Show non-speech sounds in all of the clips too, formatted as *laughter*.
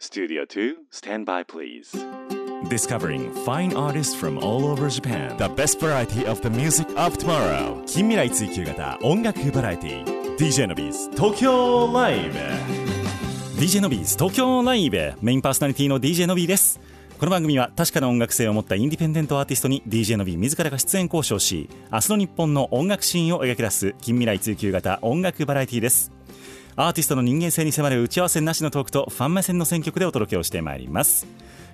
Studio 2, stand by please. Discovering fine artists from all over Japan. The best variety of the music of tomorrow. 近未来追求型音楽バラエティ DJ のビーズ東京ライブ DJ のビーズ東京ライブメインパーソナリティの DJ のビーです。この番組は確かな音楽性を持ったインディペンデントアーティストに DJ のビー自らが出演交渉し、明日の日本の音楽シーンを描き出す近未来追求型音楽バラエティです。アーティストの人間性に迫る打ち合わせなしのトークとファン目線の選曲でお届けをしてまいります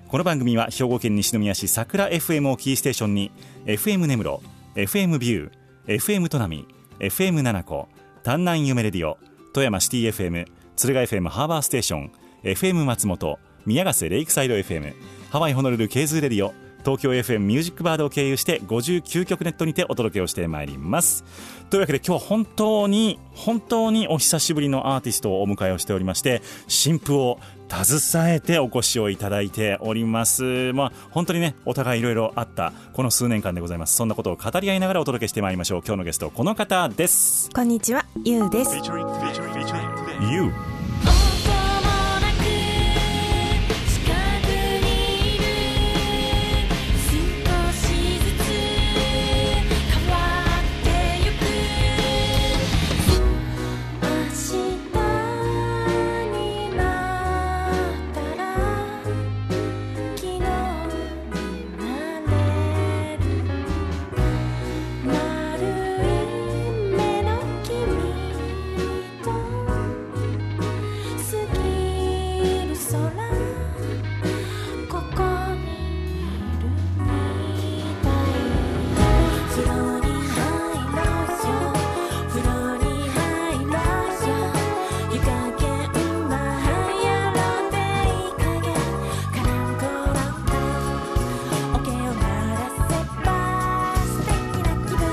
この番組は兵庫県西宮市桜 FM をキーステーションに FM 根室 FM ビュー FM トナミ FM 七子丹南夢レディオ富山シティ FM 鶴ヶ FM ハーバーステーション FM 松本宮ヶ瀬レイクサイド FM ハワイホノルルケーズレディオ東京 FM ミュージックバードを経由して59曲ネットにてお届けをしてまいりますというわけで今日は本当に本当にお久しぶりのアーティストをお迎えをしておりまして新譜を携えてお越しをいただいておりますまあ本当にねお互いいろいろあったこの数年間でございますそんなことを語り合いながらお届けしてまいりましょう今日のゲストこの方ですこんにちは、ゆうです。 Featuring, featuring, featuring today. You 音もなく近くにいる少しずつ変わってゆく明日になったら昨日になれる丸い目の君と「すぎる空ここにいるみたい」「風呂に入ろうよ風呂に入ろうよ」「湯加減はやろでいい加減カランコランコ」「おけを鳴らせば素敵な気分」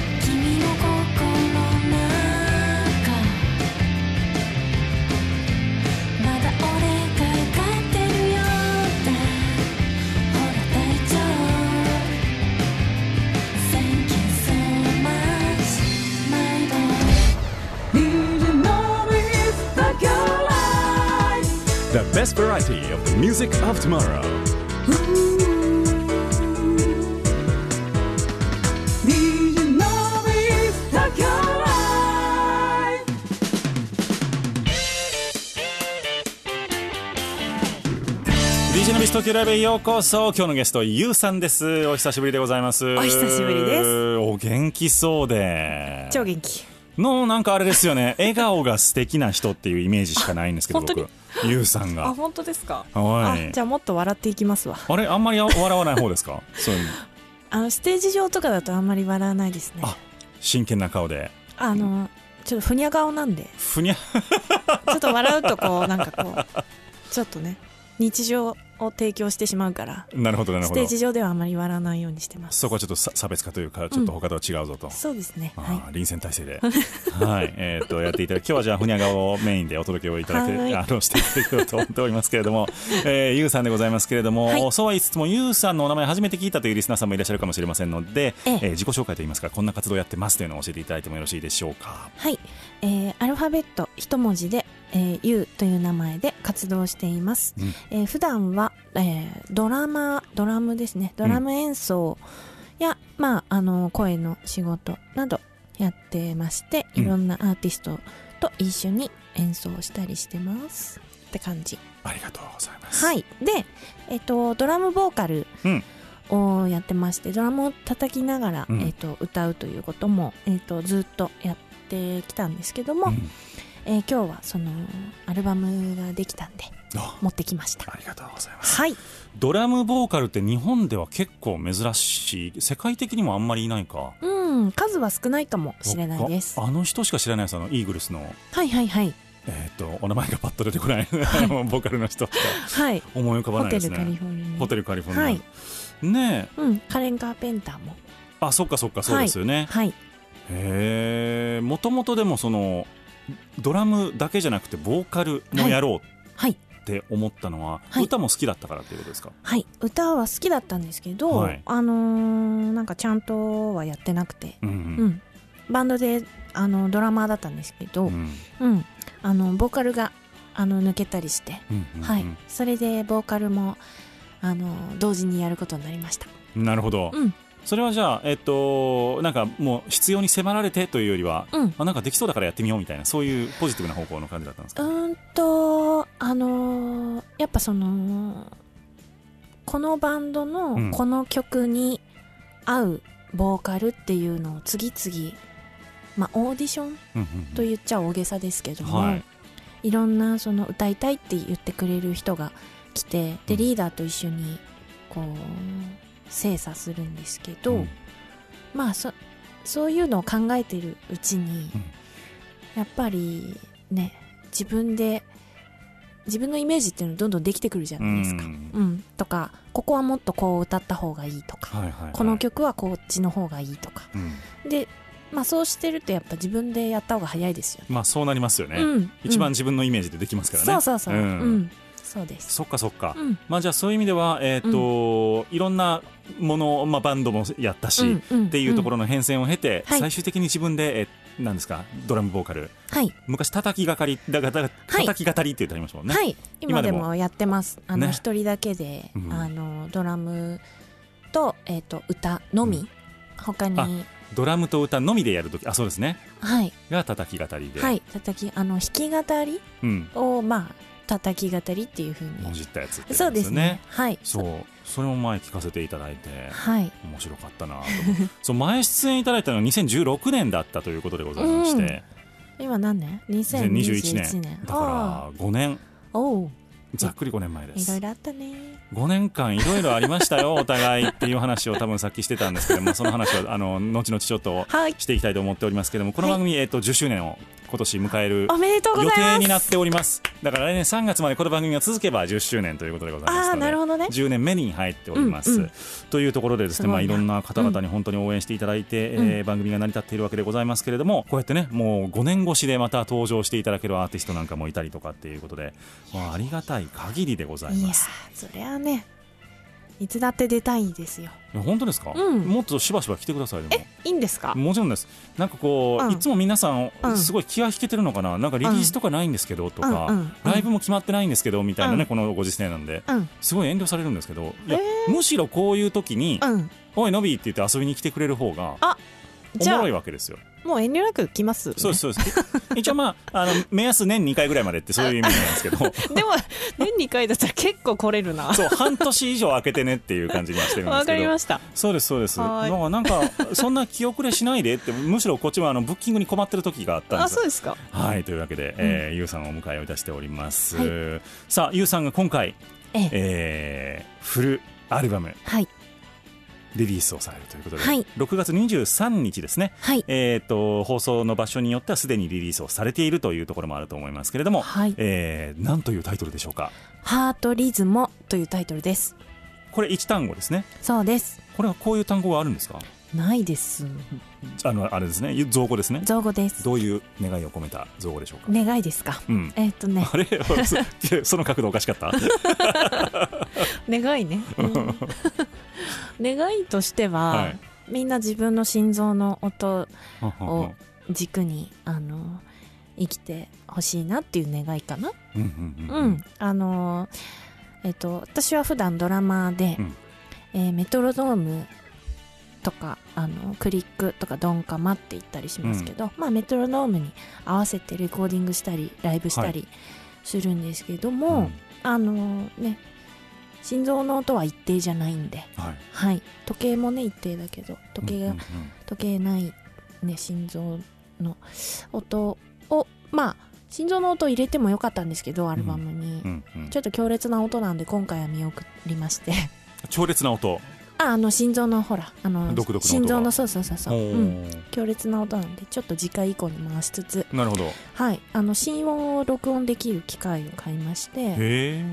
「君の心の中」「まだ俺が帰ってるよってほら大丈夫」「Thank you so much my love」「You know it's like your life」 The best variety of the music of tomorrow You know it's like your life」 DJ のビストキュライブへようこそ今日のゲスト YOU さんですお久しぶりでございますお久しぶりですお元気そうで超元気。のなんかあれですよね *laughs* 笑顔が素敵な人っていうイメージしかないんですけど本当に僕ゆうさんあ、が本当ですか。はいあ、じゃあもっと笑っていきますわ。あれあんまり笑わない方ですかそういうのあのステージ上とかだとあんまり笑わないですね。ああ真剣な顔でのちょっとふにゃ顔なんで、ふにゃちょっと笑うとこうなんかこう *laughs* ちょっとね日常を提供してしまうから、なるほどなるスほテどージ上ではあんまり笑わないようにしてます。そこはちょっとさ差別化というかちょっと他とは違うぞと、そうですね。あはい。ー臨戦態勢で、はい、えーっと、やっていただき、今日はじゃあ、ふにゃ顔をメインでお届けをいただはけ、いあの、していただけようと思っておりますけれど *laughs* も、えー、ゆうさんでございますけれども、はいそうは言いつつも、ゆうさんのお名前初めて聞いたというリスナーさんもいらっしゃるかもしれませんので、えええー自己紹介といいますか、こんな活動をやってますというのを教えていただいてもよろしいでしょうか。はい、えーアルファベット一文字で、えー、U という名前で活動しています、うんえー普段は、えードラマドラムですねドラム演奏や、まああの声の仕事などやってましてうんいろんなアーティストと一緒に演奏したりしてます、って感じありがとうございます。は。いで、えっとドラムボーカルうんをやってまして、ドラムを叩きながら、うんえっと歌うということも、えっとずっとやってきたんですけどうも、んえー今日はそのアルバムができたんであ持ってきましたありがとうございます。はいドラムボーカルって日本では結構珍しい、世界的にもあんまりいないか。うん数は少ないかもしれないですああの人しか知らないです、あの、イーグルスの。はいはいはいえーっとお名前がパッと出てこない、あのボーカルの人しかはい思い浮かばホないテですルカリねフォルニアホテルカリフォルニア、はいねえうんカレン・カーペンターもあそっかそっかそうですよね、はいへえもともとでもそのドラムだけじゃなくてボーカルもやろうはいって思ったのは、はい歌も好きだったからっていうことですか、はい歌は好きだったんですけど、はいあのーなんかちゃんとはやってなくてうんうん、バンドであのドラマーだったんですけうどんうんうん、あのボーカルがあの抜けたりして、うんうんうんはい、それでボーカルもあの同時にやることになりました。なるほど、うんそれはじゃあえっとなんかもう必要に迫られてというよりは、うんあなんかできそうだからやってみようみたいなそういうポジティブな方向の感じだったんですうか、ーんとあのーやっぱそのこのバンドうんのこの曲に合うボーカルっていうのを次々、まあ、オーディションうんうんと言っちゃ大げさですけども、はいい、ろんなその歌いたいって言ってくれる人が来うてんでリーダーと一緒にこう精査するんですけど、うんまあそそういうのを考えてるうちに、うんやっぱりね自分で自分のイメージっていうのどんどんできてくるじゃないですか。ううんんとかここはもっとこう歌った方がいいとか、はいはいはいこの、曲はこっちの方がいいとかうんで、まあ、そうしてるとやっぱ自分でやった方が早いですよね。まあそうなりますよね、うん、一番うん自分のイメージでできますからね、そうそうそう、ううんんそうです。そっかそっか、うんまあじゃあそういう意味ではえっと、いろんなものを、まあ、バンドもやったし、っっていうところの変遷を経て、はい最終的に自分で、えーなんですかドラムボーカルはい、昔叩きがかりだがだ叩き語りって言ってありましたもんね、はい、今今ででももやってますあのね一、人だけで、うんあのドラムと,、えー、と歌のみ、うん他にドラムと歌のみでやるときあそうですねはい、が叩き語りで、はい、叩きあの弾き語りうんをまあ叩き語りっていうふうもにじったやつってそやうつですねはいそうそれも前聞かせていただいてはい面白かったなと *laughs* 思うそう前出演いただいたのが2016年だったということでございまして、今何年2021 ?2021 年年だから5年ああおうざっくり5年前でいすろいろあったね5年間いろいろありました *laughs* よお互いっていう話を多分さっきしてたんですけどもその話はあの後々ちょっとはいしていきたいと思っておりますけどもこの番組、えっと10周年を今年迎えるおめでとう予ございます定になっておりますだから来年3月までこの番組が続けば10周年ということでございますあのあでなるほどね10年目に入っております、うんうんというところでですねすごいなまあ、いろんな方々に本当に応援していただいて、うんえー番組が成り立っているわけでございますけれどもこうやってねもう5年越しでまた登場していただけるアーティストなんかもいたりとかっていうことで、まあ、ありがたい限りでございいやまーすそりゃあねいつだって出たいですよいや本当ですか、うんもっとしばしば来てくださいよえいいんですかもちろんですなんかこう、うんいつも皆さん、うんすごい気が引けてるのかななんかリリースとかないんですけどとか、うんうんうんライブも決まってないんですけどみたいなね、うんこのご時世なんでうんすごい遠慮されるんですけどいや、えむしろこういう時にーうん「おいのび」って言って遊びに来てくれる方があおじもゃろあいわけですよ。もう遠慮なく来ます、ね、そうですそうです。一応まああの目安年2回ぐらいまでってそういう意味なんですけど、 *laughs* でも年2回だったら結構来れるなそう半年以上空けてねっていう感じにはしてるんでわすかけりどま。したそうですそうです。はーいまあなんかそんな気遅れしないで *laughs* ってむしろこっちはあのブッキングに困ってる時があったんであすそうですかはいというわけで、えーゆうさんをお迎えをいたしております、はいさあゆうさんが今回、えええーフルアルバムはいリリースをされるということで、はい6月23日ですねはいえー、と放送の場所によってはすでにリリースをされているというところもあると思いますけれども、はいえーなんというタイトルでしょうか「ハートリズモ」というタイトルですこれ一単語ですねそうですこれはこういう単語があるんですかないですあのあれですね造語ですね造語ですどういう願いを込めた造語でしょうか、願いですかうん、 *laughs* えっ、とねあれその角度おかしかった *laughs* 願いね、 *laughs* 願いとしては、はいみんな自分の心臓の音を軸にあの生きてほしいなっていう願いかなうんうんうんうん、あのーえっ、と私は普段ドラマーで、うんえーメトロノームとかあのクリックとかドンカマって言ったりしますけど、まあ、メトロノームに合わせてレコーディングしたりライブしたりするんですけども、あのーね心臓の音は一定じゃないんで、はい、はい、時計もね一定だけど時計が、うんうんうん時計ない、ね、心臓の音をまあ心臓の音を入れてもよかったんですけどアルバムに。うんうんちょっと強烈な音なんで今回は見送りまして *laughs* 強烈な音ああの心臓のほらあの独特の音が心臓のそうそうそうそう、おーうん、強烈な音なんでちょっと次回以降に回しつつなるほどへはいあの心音を録音できる機械を買いましてえ、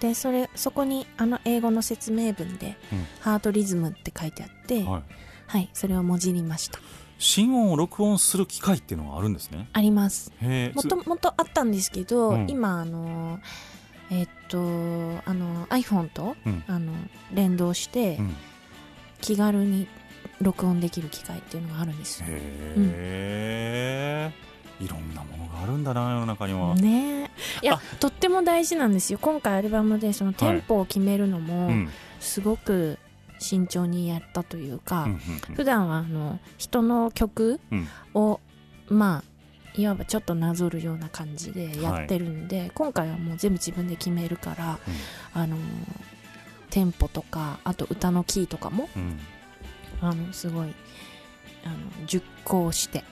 でそれそこにあの英語の説明文で「うんハートリズム」って書いてあって、はいはい、それをもじりました心音を録音する機械っていうのがあるんですねありますへえもともとあったんですけど、うん今あのえっとあの iPhone と、うんあの連動して、うん、へ気軽に録音できる機械っていうのがあるんですよえ、いろんなものがあるんだな世の中には、ねえいやあとっても大事なんですよ今回アルバムでそのテンポを決めるのうも、んうんすごく慎重にやったというか、うんうん普段はあの人の曲うんを、まあいわばちょっとなぞるような感じでやってるんで、今回はもう全部自分で決めるから、あのテンポとかあと歌のキーとかもうんあのすごいあの熟考して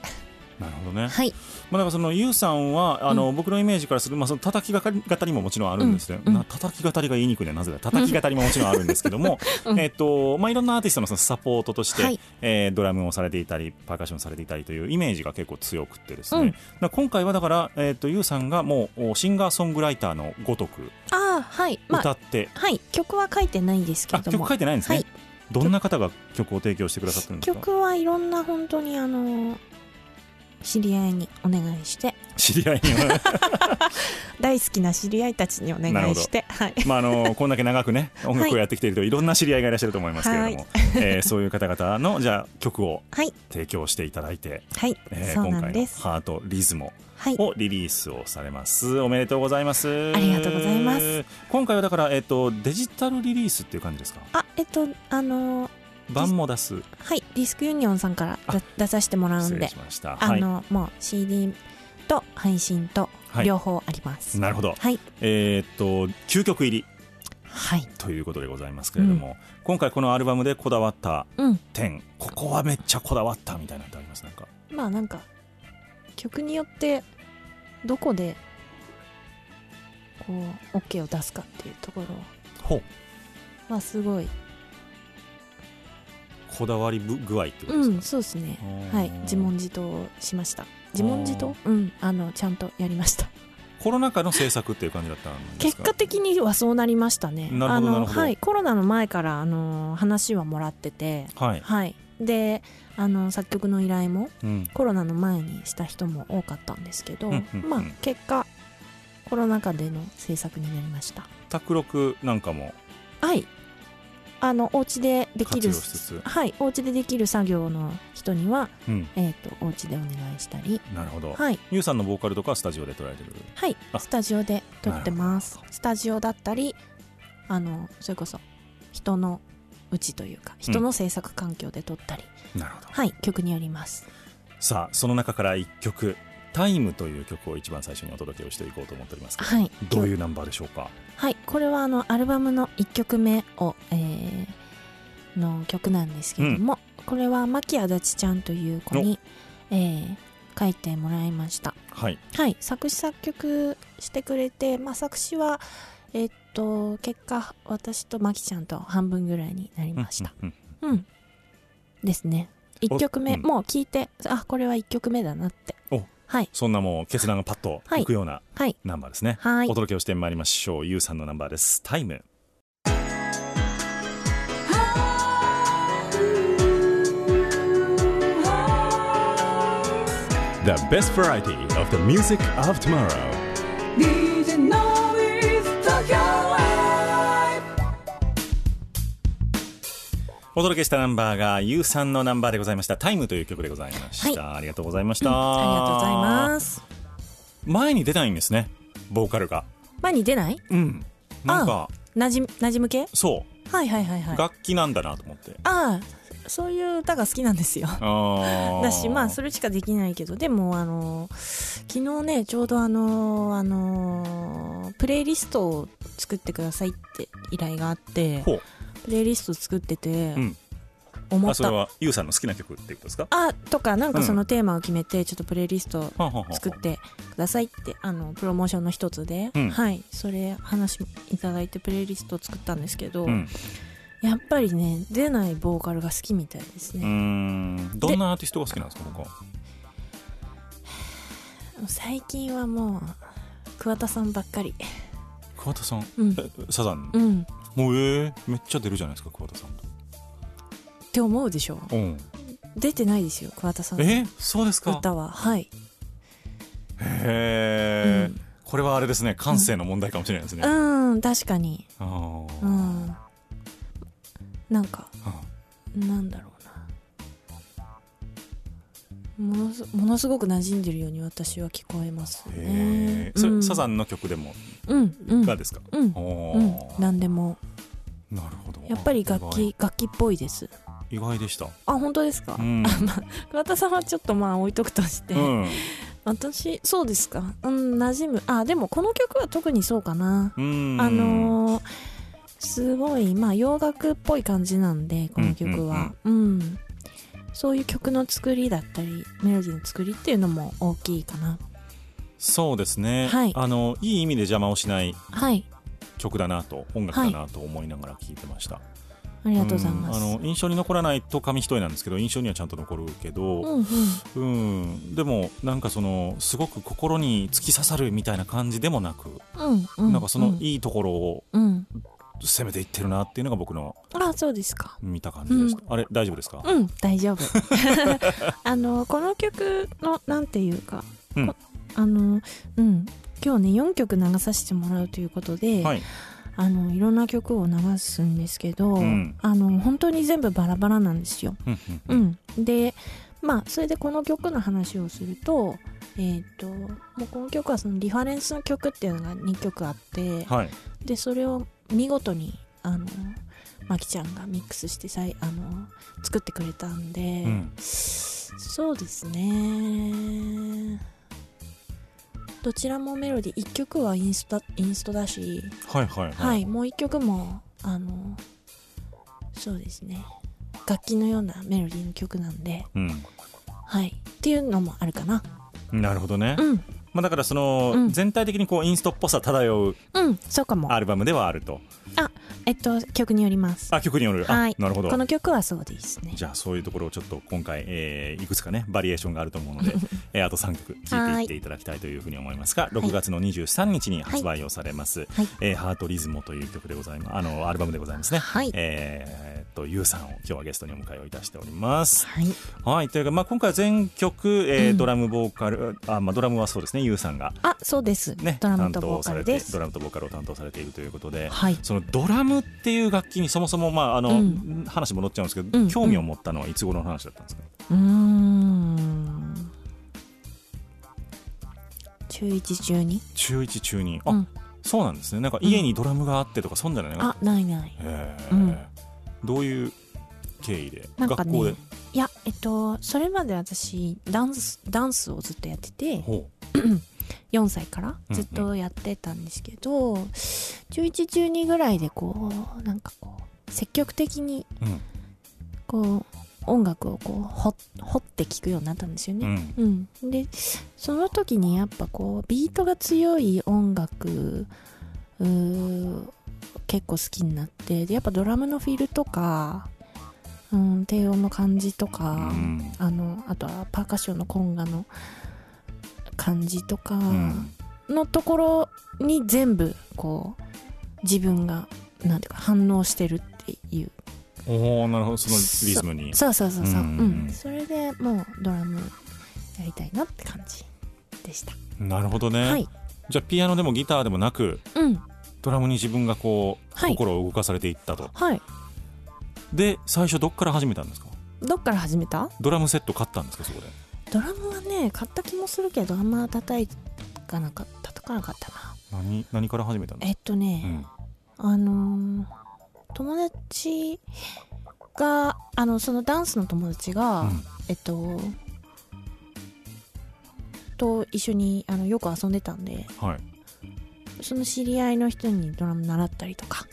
なるほどね、はいまあ、なんかそのゆうさんはあの、僕のイメージからする、まあ、その叩きがかり語りももちろんあるんですね、うんな叩き語りが言いにくいねなぜだ叩き語りももちろんあるんですけども、うんえっとまあ、いろんなアーティストのそのサポートとして、はいえードラムをされていたりパーカッションされていたりというイメージが結構強くってですね、うんだから今回はだから、えっとゆうさんがもうおシンガーソングライターのごとくああはいま歌あって、はい曲は書いてないんですけあど曲も書いてないんですね、はいどんな方が曲を提供してくださってるんですか曲はいろんな本当にあの知り合いにお願いして知り合いには大好きな知り合いたちにお願いしてはい *laughs* まあ、あのこんだけ長くね音楽をやってきているといろんな知り合いがいらっしゃると思いますけれども、えーそういう方々のじゃあ曲をはい提供していただいて、はい、えーそう今な回んの「ですハートリズムはいをリリースをされますおめでとうございますありがとうございます今回はだから、えっとデジタルリリースっていう感じですかあえっとあの版も出すはいディスクユニオンさんからだ出させてもらう失ん礼でしましたあはいの、もう CD と配信とはい両方あります、なるほどはいえーっと究極入りはいということでございますけれども、今回このアルバムでこだわったうん点ここはめっちゃこだわったみたいなのってありますなんかまあなんか曲によってどこでこう OK を出すかっていうところほうはすごいこだわりぶ具合ってことうですか、んそうですねあーはい自問自答しました自問自答うんあのちゃんとやりましたコロナ禍の制作っていう感じだったんです *laughs* 結か果的にはそうなりましたなねるほどあなるのほどはいコロナの前からあの話はもらっててはい、はいであの作曲の依頼もうん、コロナの前にした人も多かったんですけど、うんうんうんまあ結果コロナ禍での制作になりました卓録なんかもはいあのお家ででき活る用しつつ、はいお家でできる作業の人には、うん、えー、とお家でお願いしたりなるほど、はいゆうさんのボーカルとかはスタジオで撮られてるはいあスタジオで撮ってますスタジオだったりあのそれこそ人のうちというか人の制作環境で撮ったり、なるほどはい曲によりますさあその中から1曲「タイムという曲を一番最初にお届けをしていこうと思っておりますけどはいどういうナンバーでしょうかはい、これはあのアルバムの1曲目を、えーの曲なんですけれども、これは牧足立ちゃんという子に、えー書いてもらいました、はいはい、作詞作曲してくれて、まあ、作詞は、えっと結果私と牧ちゃんと半分ぐらいになりました、うんうんうんですね1曲目、うんもう聞いてあこれは1曲目だなっておはいそんなもう決断がパッとはいいくようなはいナンバーですね、はいお届けをしてまいりましょうゆうさんのナンバーです「タイム The best variety of the music of tomorrow. DJ Nobis Tokyo Live お届けしたナンバーがゆうさんのナンバーでございました「タイムという曲でございました、ありがとうございました、ありがとうございます前に出ないんですねボーカルが前に出ないうんなんかなじなじむ系そはいはいはいはうい楽器なんだなと思ってああそういう歌が好きなんですよあだしまあそれれしかできないけどでもあの昨日ねちょうどあのあのプレイリストを作ってくださいって依頼があってほうプレイリスト作っててうん思あっそれた、あはゆうさんの好きな曲っていうことですかとかなんうかんそのテーマを決めてちょっとプレイリストはあはあはあ作ってくださいってあのプロモーションの一つで、うんはいそれ話いただいてプレイリストを作ったんですけど、うんやっぱりね出ないボーカルが好きみたいですうね、ーんどんなアーティストが好きなんですか僕は最近はもう桑田さんばっかり桑田さんうんえサザンうんっもうええめっちゃ出るじゃないですか桑田さんとて思うでしょうん出てないですよ桑田さんのえそうですか歌ははへいえうんこれはあれですね感性の問題かもしれないですねうん確かにあーうんなんかあなんだろうなものすものすごく馴染んでるように私は聞こえますねへ。えそれ、うんサザンの曲でもうんうんがですか、うんおうんー、何でもなるほどやっぱり楽器楽器っぽいです。意外意外でしたあ本当ですかう。ん、桑田さんはちょっとまあ置いとくとして、うん私そうですか。うん馴染む。あでもこの曲は特にそうかな。うんあのーすごいまあ洋楽っぽい感じなんでこの曲は、うんそういう曲の作りだったりメロディーの作りっていうのも大きいかな。そうですね、はいあのいい意味で邪魔をしないはい曲だなと音楽だなと思いながら聴いてました、ありがとうございます。うんあの印象に残らないと紙一重なんですけど印象にはちゃんと残るけうんど、うんうんでもなんかそのすごく心に突き刺さるみたいな感じでもなく、うんうん、なんかそのいいところをうん、攻めていってるなっていうのが僕のあそうですか見た感じでした、あれ大丈夫ですか、うん大丈夫 *laughs* あのこの曲のなんていうか、うんこあのうん今日ね4曲流させてもらうということで、、はいいあのいろんな曲を流すんですけど、うんあの本当に全部バラバラなんですよ。うんううんん、でまあそれでこの曲の話をするとえっ、ともうこの曲はそのリファレンスの曲っていうのが2曲あって、はいでそれを見事にあのまきちゃんがミックスしてさいあの作ってくれたんで、うんそうですねどちらもメロディー1曲はインスタインストだし、はいはいははいいもう1曲もあのそうですね楽器のようなメロディーの曲なんで、はい、っていうのもあるかな。うん、なるほどね、うん、まあ、だからその、うん全体的にこうインストっぽさ漂ううん、そうかも。アルバムではあるとえっと、曲によります。あ曲による、あはいなるほどこの曲はそうですね。じゃあそういうところをちょっと今回、えーいくつかねバリエーションがあると思う *laughs* ので、えーあと3曲聴いていっていただきたいというふうに思いますが6月の23日に発売をされます「はいえーハートリズモ」という曲でございますあのアルバムでございますね。はいえーえーとゆうさんを今日はゲストにお迎えをいたしております。はい。はいというか、まあ、今回は全曲、えーうんドラムボーカルあ、まあ、ドラムはそうですねゆうさんが、あ、そうです。ね、ドラム担とボ当ーカさルれでてすド。ラムとボーカルを担当されているということで、はい。そのドラムっていう楽器にそもそも、まああのうん話戻っちゃうんですけど、うん興味を持ったのはいつ頃の話だったんですか、うーん。中一中二。中1中2あ、うんそうなんですねなんか家にドラムがあってとかそんじゃないの、あ、ないない。へえ、うんどういう経緯でなんか学校でね。いや、えっと、それまで私、ダンス、ダンスをずっとやってて、ほ4歳からずっとやってたんですけど、中一中二ぐらいでこう、なんかこう、積極的に、う、うんこう、音楽をこう、ほ、掘って聞くようになったんですよね。うんうん、でその時にやっぱこうビートが強い音楽うー結構好きになってでやっぱドラムのフィルとか、うん、低音の感じとうか、んあのあとはパーカッションのコンガの感じとかうんのところに全部こう自分がなんていうか反応してるっていうおーなるほどそのリズムにそうそうそうそう、うんうん、それでもうドラムやりたいなって感じでした。なるほどね、はい。じゃあピアノでもギターでもなくうん。ドラムに自分がこう、はい心を動かされていったとはい。で最初どっから始めたんですかどっから始めたドラムセット買ったんですかそこでドラムはね、買った気もするけど、あんま叩かなかった、叩かなかったな。何何から始めたんですえっとか、ね、あのー友達が、あの、そのダンスの友達が、うんうんえっと、と一緒にあのよく遊んでたんではいその知り合いの人にドラム習ったりとか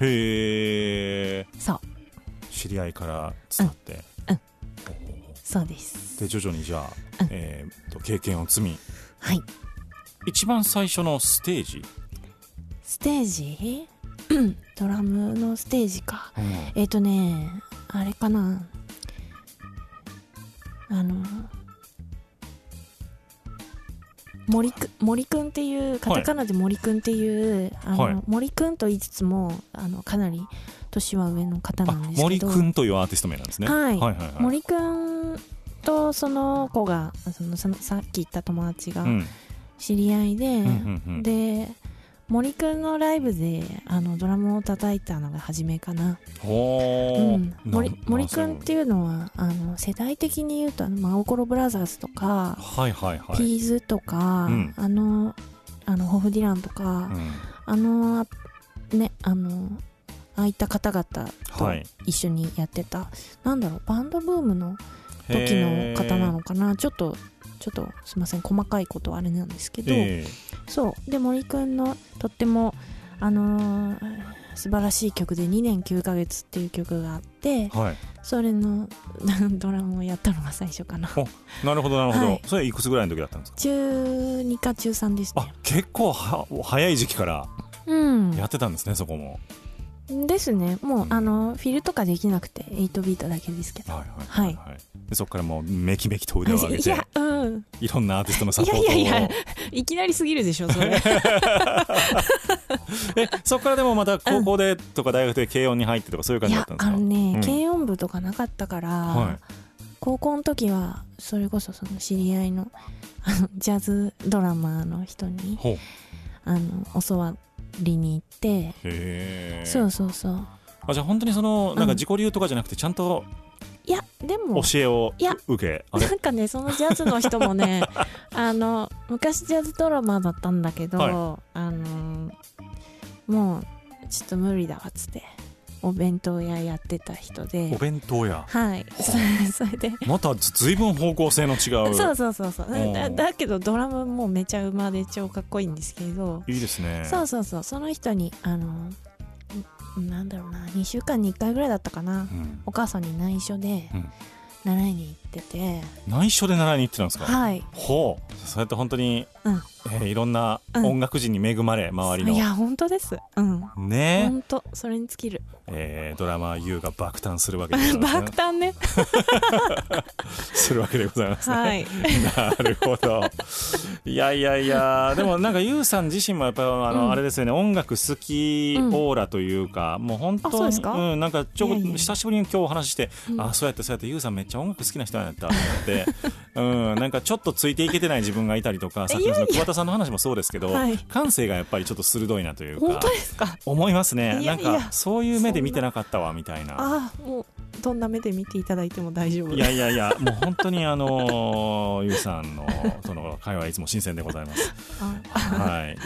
へえそう知り合いから伝わって、うんうんほうほうほそうですうで徐々にじゃあ、うんえーと経験を積みはい一番最初のステージ、ステージ *clears throat* ドラムのステージかえっ、とねあれかなあの森く森くんっていうカタカナで森くんっていう、あのはい森くんと言いつつもあのかなり年は上の方なあんですけ森どくんというアーティスト名なんですね、はいはいはいはい森くんとその子がそのささっき言った友達がうん知り合いで、うんうんうんで森くんのライブであのドラムを叩いたのが初めかな、ほーうん、な森森なそくうんっていうのはあの世代的に言うとあの真心ブラザーズとか、はいはいはいピーズとか、うんあのあのホフ・ディランとか、うんあのねあのああいった方々はとい一緒にやってた、なんだろうバンドブームの時の方なのかなちょっとちょっとすいません細かいことはあれなんですけど、へーえそうで森くんのとってもあのー素晴らしい曲で「2年9ヶ月」っていう曲があってえはいそれの *laughs* ドラムをやったのが最初 *laughs* かななるほどなるほど、はいそれいくつぐらいの時だったんですか中2か中3ですあね結構は早い時期からうんやってたんですね、そこもですねもううんあのフィルとかできなくて8ビートだけですけどはいはいはい、はいでそこからもうめきめきと腕を上げ *laughs* いてやうんいろんなアーティストのサポートをいやいやいやいきなりすぎるでしょ *laughs* それえそこからでもまた高校でとか大学で軽音に入ってとかそういう感いじだっやたんですあかのね、うん軽音部とかなかったから、は高校の時はそれこそその知り合いのあのジャズドラマーの人にほうあの教わりに行って、へえそうそうそうあじゃあ本当にそのなんか自己流とかじゃなくてちゃんといやでも教えをいや受けあれなんかねそのジャズの人 *laughs* もねあの昔ジャズドラマーだったんだけど、はいあのもうちょっと無理だわっつってお弁当屋やってた人おで弁当やはい *laughs* そそれでまたずずいぶん方向性の違うそうそうそうそううんだだけどドラムもめちゃうまで超かっこいいんですけど、いいですねそうそうそうその人にあのんなんだろうな2週間に1回ぐらいだったかな、うんお母さんに内緒でうん習いに行ってて、内緒で習いに行ってたんですかはいほうそうやって本当に、うんえーいろんなうん音楽人に恵まれ、周りのいや本当ですうんね本当それに尽きるえードラマ YOU が爆誕するわけでございますね *laughs* 爆誕ねするわけでございますね、はいなるほどいやいやいやでもなんか YOU さん自身もやっぱりあの、うんあれですよね音楽好きオーラというか、もう本当あそうですかにん、なんかちょこいやいや久しぶりに今日お話しして、あそうやってそうやって YOU さんめっちゃ音楽好きな人なんだって思って、うん、なんかちょっとついていけてない自分がいたりとかさっきのその桑田さんの話もそうですけど、はい感性がやっぱりちょっと鋭いなというか。本当ですか思いますねいやいやなんかそういう目で見てなかったわみたいなああもうどんな目で見ていただいても大丈夫いやいやいやもう本当にあのーゆうさんのその会話いつも新鮮でございますあはい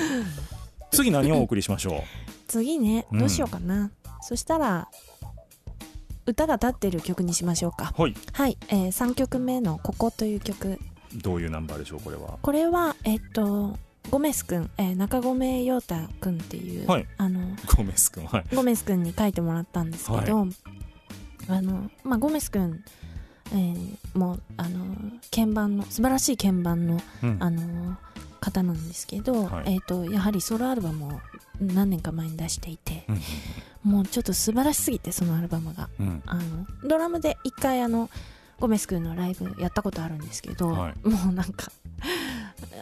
次何をお送りしましょ次ねうんどうしようかな、そしたら歌が立ってる曲にしましょうかうはい *laughs* はい、え3曲目の「ここ」という曲どういうナンバーでしょうこれはこれはえっとゴメスくん、えー中込陽太くんっていう、はいあのゴメス君はいゴメスくんに書いてもらったんですけど、あのまあゴメスくん、えーもあの鍵盤の素晴らしい鍵盤のうんあの方なんですけど、はいえっ、とやはりソロアルバムを何年か前に出していて、うんもうちょっと素晴らしすぎてそのアルバムがうんあのドラムで一回あのゴメス君のライブやったことあるんですけど、はいもうなんか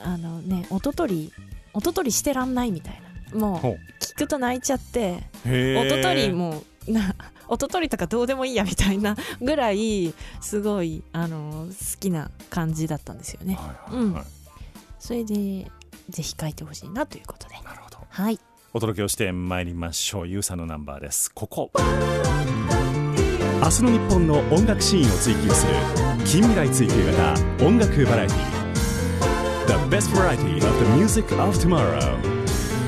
あのね音取り音取りしてらんないみたいほなもうう聞くと泣いちゃってへー音取りもうな音取りとかどうでもいいやみたいなぐらいすごいあの好きな感じだったんですよねはいはいはいそれでぜひ書いてほしいなということでなるほどはいお届けをしてまいりましょうゆうさんのナンバーですここ明日の日本の音楽シーンを追求する近未来追求型音楽バラエティ The best variety of the music of tomorrow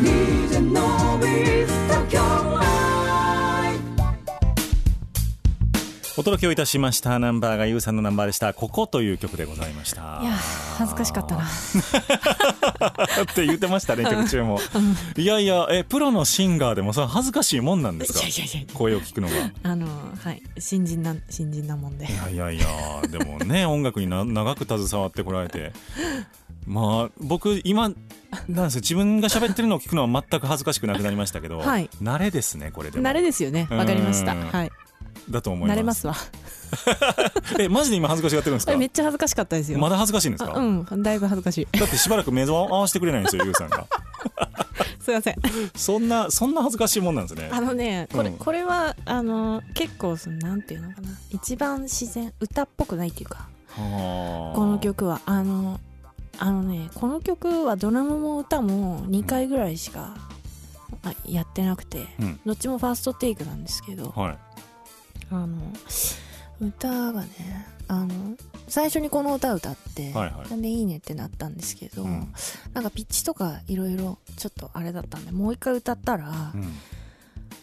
DJ Nobis Tokyo Live お届けをいたしましたナンバーがゆうさんのナンバーでしたここという曲でございましたいやー恥ずかしかったなって言ってま *laughs* したね曲中もいやいやえプロのシンガーでもそれ恥ずかしいもんなんですかいやいやいやいや声を聞くのがいあのはい新人な新人なもんでやいやいやでも *laughs* ね音楽にな長く携わってこられてまあ僕今なんですよ自分が喋ってるのを聞くのは全く恥ずかしくなくなりましたけど、はい慣れですねこれでも慣れですよねうんわかりましたはいだと思います慣れますわえマジで今恥ずかしがってるんですえかめっちゃ恥ずかしかったですよまだ恥ずかしいんですか、あうんだいぶ恥ずかしい *laughs* だってしばらく目を合わせてくれないんですよゆうさんがすいませんそんなそんな恥ずかしいもんなんですねあのねこれ,、うんこれはあの結構そのなんていうのかな一番自然歌っぽくないっていうかここの曲はあのあのねこの曲はドラムも歌も2回ぐらいしかあやってなくて、うんどっちもファーストテイクなんですけど、はいあの歌がねあの最初にこの歌を歌って、はいはいなんでいいねってなったんですけど、うんなんかピッチとかいろいろちょっとあれだったんでもう一回歌ったら、うん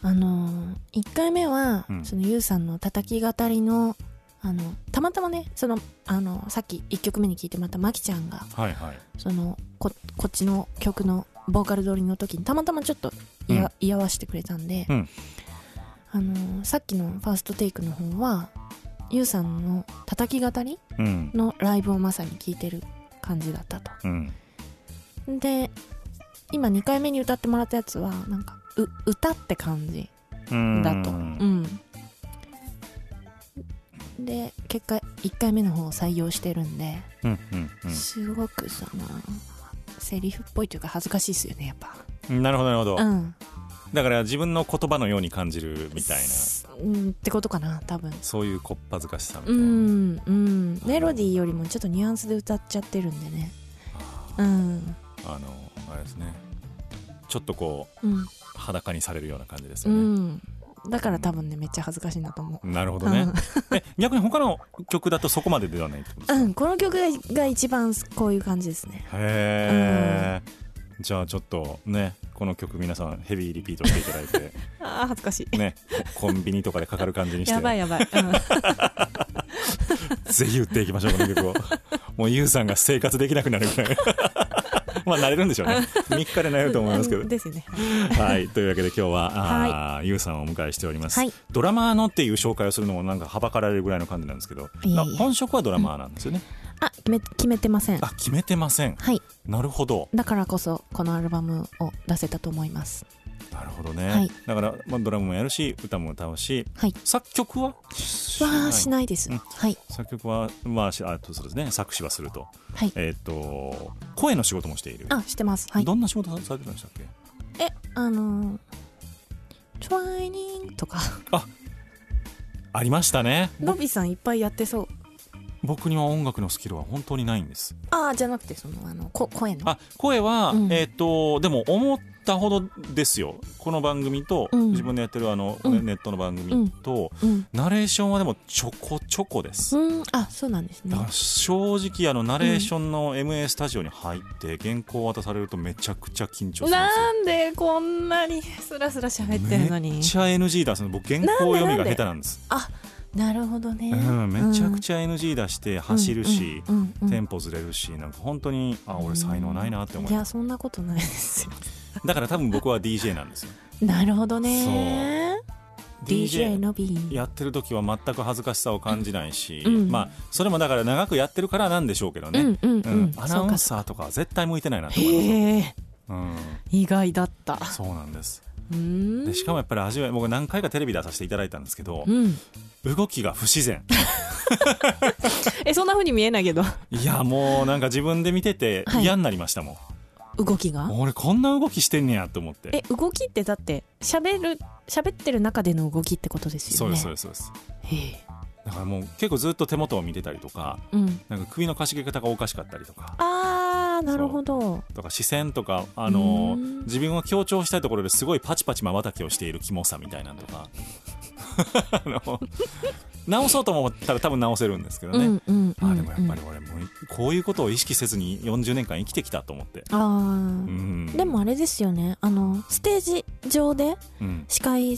あの1回目は、うんそのゆうさんの叩き語りのあのたまたまねそのあのさっき1曲目に聞いてまたまきちゃんがはいはいそのここっちの曲のボーカル撮りの時にたまたまちょっと居合,、うん居合わせてくれたんで、うんあのーさっきのファーストテイクの方はゆうさんの叩き語りうんのライブをまさに聴いてる感じだったとうんで今2回目に歌ってもらったやつはなんかう歌って感じうんだとううんん、で結果1回目の方を採用してるんで、うんうんすごくそのセリフっぽいというか恥ずかしいですよねやっぱうんなるほどなるほどうんだから自分の言葉のように感じるみたいなすうんってことかな多分そういうこっぱずかしさみたういな、んうんメロディーよりもちょっとニュアンスで歌っちゃってるんでねうんあのあれですねちょっとこううん裸にされるような感じですうよね、んだから多分ねめっちゃ恥ずかしいんだと思うなるほどね、 *laughs* え逆に他の曲だとそこまでではないってことですうか、んうへんこの曲がが一番こ *laughs* ういう感じですねえ、じゃあちょっとねこの曲皆さんヘビーリピートしていただい *laughs* てあー恥ずかしいねこコンビニとかでかかる感じにしてやばいや *laughs* ばい、うん、ぜひ売っていきましょうこの *laughs* 曲をもうユウさんが生活できなくなるぐらい *laughs* まあ慣れるんでしょうね3日で慣れると思いますけどですね *laughs* はい、というわけで今日は、あーゆうさんをお迎えしております、はいドラマーのっていう紹介をするのもなんかはばかられるぐらいの感じなんですけどいえいえな本職はドラマーなんですよね、あ決め決めてませんあ決めてませんはいなるほどだからこそこのアルバムを出せたと思いますなるほどね、はいだから、まあ、ドラムもやるし歌も歌うし、はい作曲はわーしないです、うんはい作曲は、まあし、あとそうですね作詞はすると,、はいえー、と声の仕事もしている、あしてますはいどんな仕事されてるんでしたっけえあのー「トライニング」とかありましたねロビーさんいっぱいやってそう僕には音楽のスキルは本当にないんですああじゃなくてそのあのこ声のあ声は、うんえっ、とでも思ったほどですよこの番組と、うん自分のやってるあの、うんネットの番組と、うんナレーションはでもちょこちょこです、うんあそうなんですねだから正直あのナレーションの MA スタジオに入って原稿を渡されるとめちゃくちゃ緊張するんですよなんでこんなにスラスラ喋ってるのめにっちゃ NG 出すの僕原稿読みが下手なんですなるほどね、うん、めちゃくゃちゃ NG 出して走るし、うんうんうんテンポずれるしなんか本当にあ俺才能ないなって思いいまやそんなことないですよすだから多分僕は DJ なんですよなるほどね DJ のびーやってる時は全く恥ずかしさを感じないし、うんまあそれもだから長くやってるからなんでしょうけどね、うんうんうんアナウンサーとかは絶対向いてないなと思いへえます、意外だったうん、そうなんですうーんでしかもやっぱり味わい僕何回かテレビ出させていただいたんですけどう、ん動きが不自然えそんな風に見えないけどいやもうなんか自分で見ててはい嫌になりましたもん、動きが俺こんな動きしてんねやと思ってえ動きってだって喋る喋ってる中での動きってことですそようでねすそうですそうですへえだからもう結構ずっと手元を見てたりとかうんなんか首のかしげ方がおかしかったりとかあーなるほどとか視線とか、あのーうん自分を強調したいところですごいパチパチまばたきをしているキモさみたいなのとか *laughs* あの直そうと思ったら多分直せるんですけどね、うんうんうんあでもやっぱり俺もうこういうことを意識せずに40年間生きてきたと思って、あーうん、でもあれですよねあのステージ上でうん、司会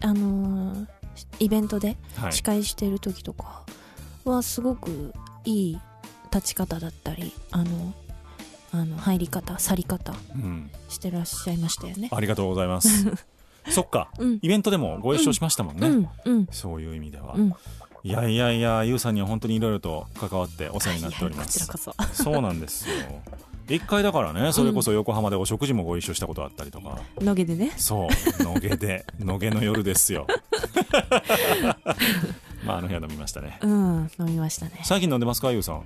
あのーイベントではい司会してる時とかはすごくいい立ち方だったりあのあの入り方去り方うん、してらっしゃいましたよねありがとうございます *laughs* そっかうんイベントでもご一緒しましたもんね、うんうんそういう意味では、うんいやいやいやゆうさんには本当にいろいろと関わってお世話になっておりまいやすいやこちらこそそうなんですよ。一回だからね、それこそ横浜でお食事もご一緒したことあったりとか、野毛でねそう、野毛で、 *laughs* 野毛の夜です *laughs* よ。まあ、あの部屋飲みましたね。うん飲みましたね最近飲んでますか、ゆうさん。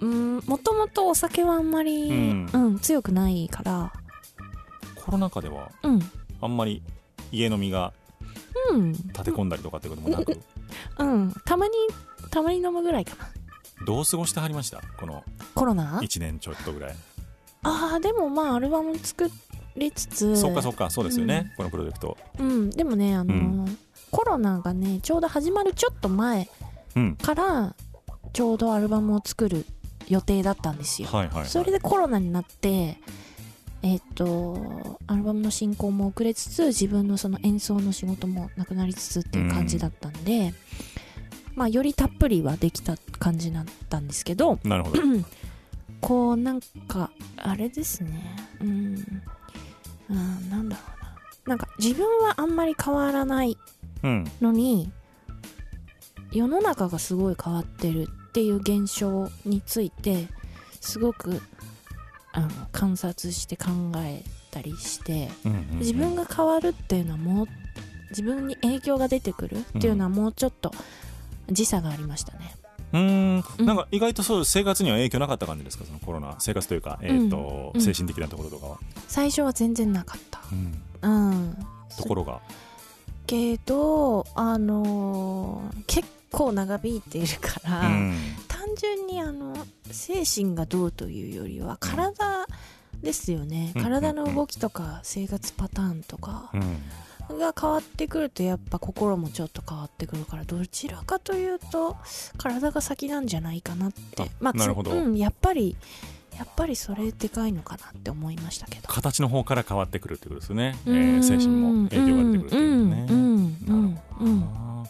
うんもともとお酒はあんまり、ううんん強くないからコロナ禍では、うんあんまり家飲みがうん立て込んだりとかってこともな *laughs* く、うんたまにたまに飲むぐらいかなどう過ごしてはりましたこのコロナ1年ちょっとぐらい。ああでもまあアルバム作りつつそっかそっかそうですよね、このプロジェクトうん、でもねあの、うコロナがねちょうど始まるちょっと前うんからちょうどアルバムを作る予定だったんですよ、はいはい、はい、それでコロナになってえっとアルバムの進行も遅れつつ自分のその演奏の仕事もなくなりつつっていう感じだったんで、まあよりたっぷりはできた感じだったんですけど、 *clears throat* なるほどこうなんかあれですねうん、うん、なんだろうななんか自分はあんまり変わらないうんのに世の中がすごい変わってるっていう現象についてすごくあの観察して考えたりしてうんうんうん自分が変わるっていうのはもう自分に影響が出てくるっていうのはもうちょっと時差がありましたね。うーうんんなんか意外とそう生活には影響なかった感じですかそのコロナ生活というか、えーとうん精神的なところとかは、最初は全然なかった。うんうん、ところがけどあのー結構長引いているから、うん単純にあの精神がどうというよりは体ですよね、うん体の動きとか生活パターンとかうんが変わってくるとやっぱ心もちょっと変わってくるからどちらかというと体が先なんじゃないかなってあまあつなるほどうん、やっぱりやっぱりそれでかいのかなって思いましたけど。形の方から変わってくるってことですよね、えうーん精神も影響が出てくるっていうね、うんうんうんうんあ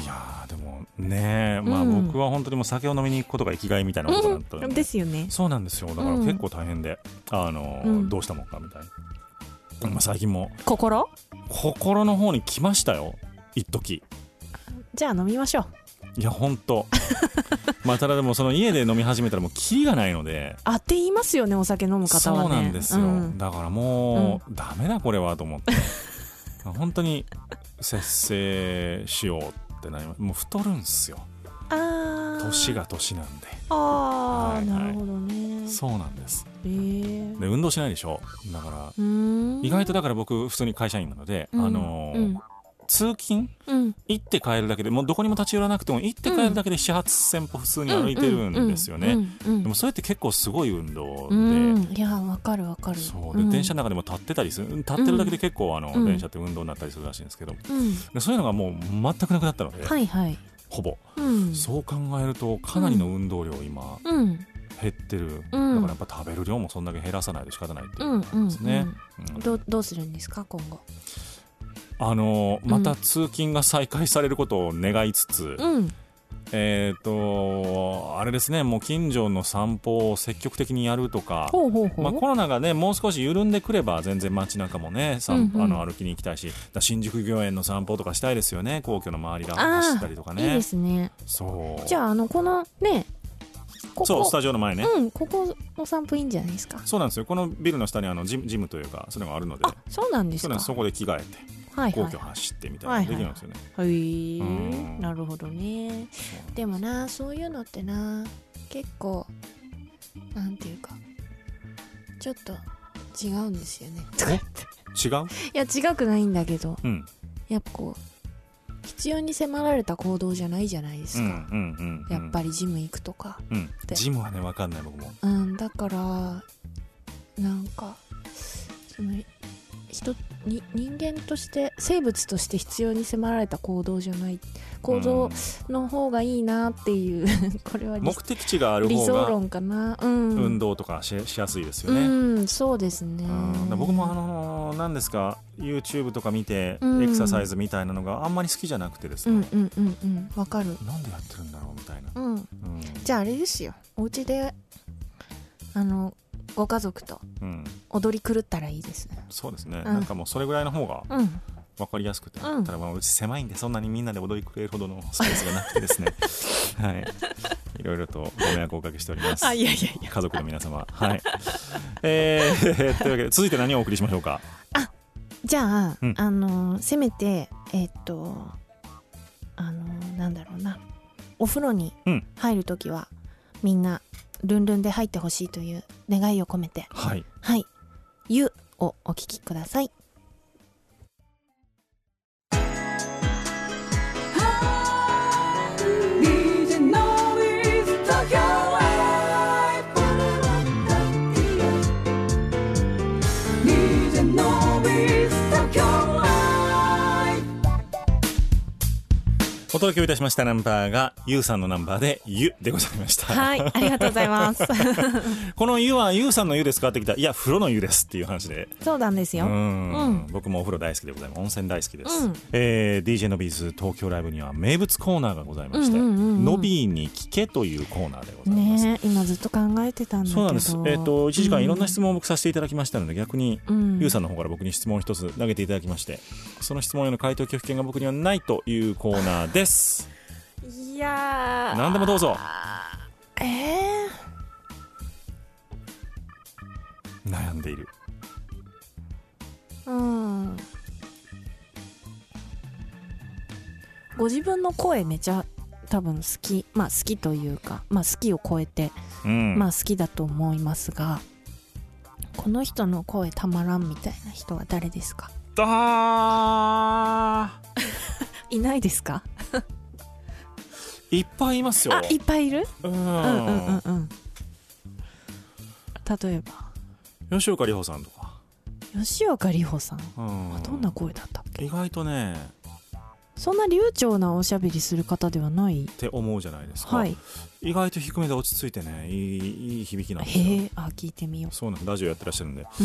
ーいやーでもねまあ、うん僕は本当にもう酒を飲みに行くことが生きがいみたいなことだったのうんで、 *laughs* ですよね。そうなんですよだからうん結構大変で、あのーうんどうしたもんかみたいな、まあ、最近も心心の方に来ましたよ一時じゃあ飲みましょう。いや本当 *laughs* まあただでもその家で飲み始めたらもうキリがないのであって言いますよね、お酒飲む方そはね。うなんですよ、うんだからもう、ダメだこれはと思って *laughs* 本当に節制しようってなりますもう太るんすよあー年が年なんでああ、はいはいなるほどね。そうなんですえーで運動しないでしょだからうーん意外とだから僕普通に会社員なので、うんあのーうん通勤うん行って帰るだけでもうどこにも立ち寄らなくても行って帰るだけで7 8,000歩普通に歩いてるんですよね、うんうんうんでもそれって結構すごい運動で、うんいやわかるわかるそうで電車の中でも立ってたりする立ってるだけで結構あの、うん電車って運動になったりするらしいんですけどうんでそういうのがもう全くなくなったので、はいはいほぼ、うんそう考えるとかなりの運動量今うん減ってる、うんだからやっぱ食べる量もそんだけ減らさないと仕方ないっていううんこうとんですね、うんうんどうどうするんですか今後あのーんまた通勤が再開されることを願いつつ、うんえっ、とあれですねもう近所の散歩を積極的にやるとかほうほうほうまあ、コロナがねもう少し緩んでくれば全然街中もね散歩うんあうんの歩きに行きたいしだから新宿御苑の散歩とかしたいですよね皇居の周りがあー走ったりとかいいねですねそうじゃああのこのねここそうスタジオの前ね、うんここの散歩いいんじゃないですかそうなんですよこのビルの下にあのジムジムというかそういうのがあるのであそうなんですそうなんかですそこで着替えてはい皇はい居走ってみたいなのができるんですよね、へえうんなるほどねでもなそういうのってな結構なんていうかちょっと違うんですよね違 *laughs* いや違くないんだけどううんやっぱこう必要に迫られた行動じゃないじゃないですうんうか、んうんうんやっぱりジム行くとかうんてジムはねわかんない僕もうんだからなんかその人に人間として生物として必要に迫られた行動じゃない行動の方がいいなっていう *laughs* これはうん理目的地がある理方想が論かなうん運動とかししやすいですようね、ん、そうですねうん。僕もあのー何ですか YouTube とか見てうんエクササイズみたいなのがあんまり好きじゃなくてですうんね、うんうんうん、わかる。なんでやってるんだろうみたいな、うん、うんじゃああれですよ。お家であのご家族とうん踊り狂ったらいいです。そうですね、んなんかもうそれぐらいの方がうん、分かりやすくて、うんただまあうち狭いんでそんなにみんなで踊りくれるほどのスペースがなくてです *laughs* ねはいいろいろとご迷惑をおかけしておりますいやいやいや。家族の皆様はい、えー、というわけで続いて何をお送りしましょうかじゃあ、うんあのせめてえっとあのなんだろうな、お風呂にうん入るときは、みんなルンルンで入ってほしいという願いを込めて、はいはい、ゆをお聞きください。 Legion now is Tokyo Life. Legion お届けいたしましたナンバーが、ゆうさんのナンバーで、ゆでございました。はい、ありがとうございます。この湯はゆうさんの湯ですかってきたらいや風呂の湯ですっていう話で *laughs* そうなんですうよ。んうん僕もお風呂大好きでございます温泉大好きです、うんえー DJ のビーズ東京ライブには名物コーナーがございまして「うんうんうんうんのびーに聞け」というコーナーでございます、ねえ、今ずっと考えてたんだけど。そうなんですえっ、と1時間いろんな質問。問を僕させていただきましたので逆に、うんゆうさんの方から僕に質問を一つ投げていただきましてその質問への回答拒否権が僕にはないというコーナーですいやー。何でもどうぞええ悩んでいるーうん。ご自分の声めちゃ多分好き、まあ好きというか、まあ好きを超えて、うん、まあ好きだと思いますが、この人の声たまらんみたいな人は誰ですかあいないですかーいっぱいいますよあ、いっぱいいるうんうんううんんうん例えば吉岡里帆さんとか、吉岡里帆さんうんはどんな声だったっけ意外とねそんな流暢なおしゃべりする方ではないって思うじゃないですか、はい意外と低めで落ち着いてねいいいい響きなんですよへえあ聞いてみよそうなんですラジオやってらっしゃるんでううー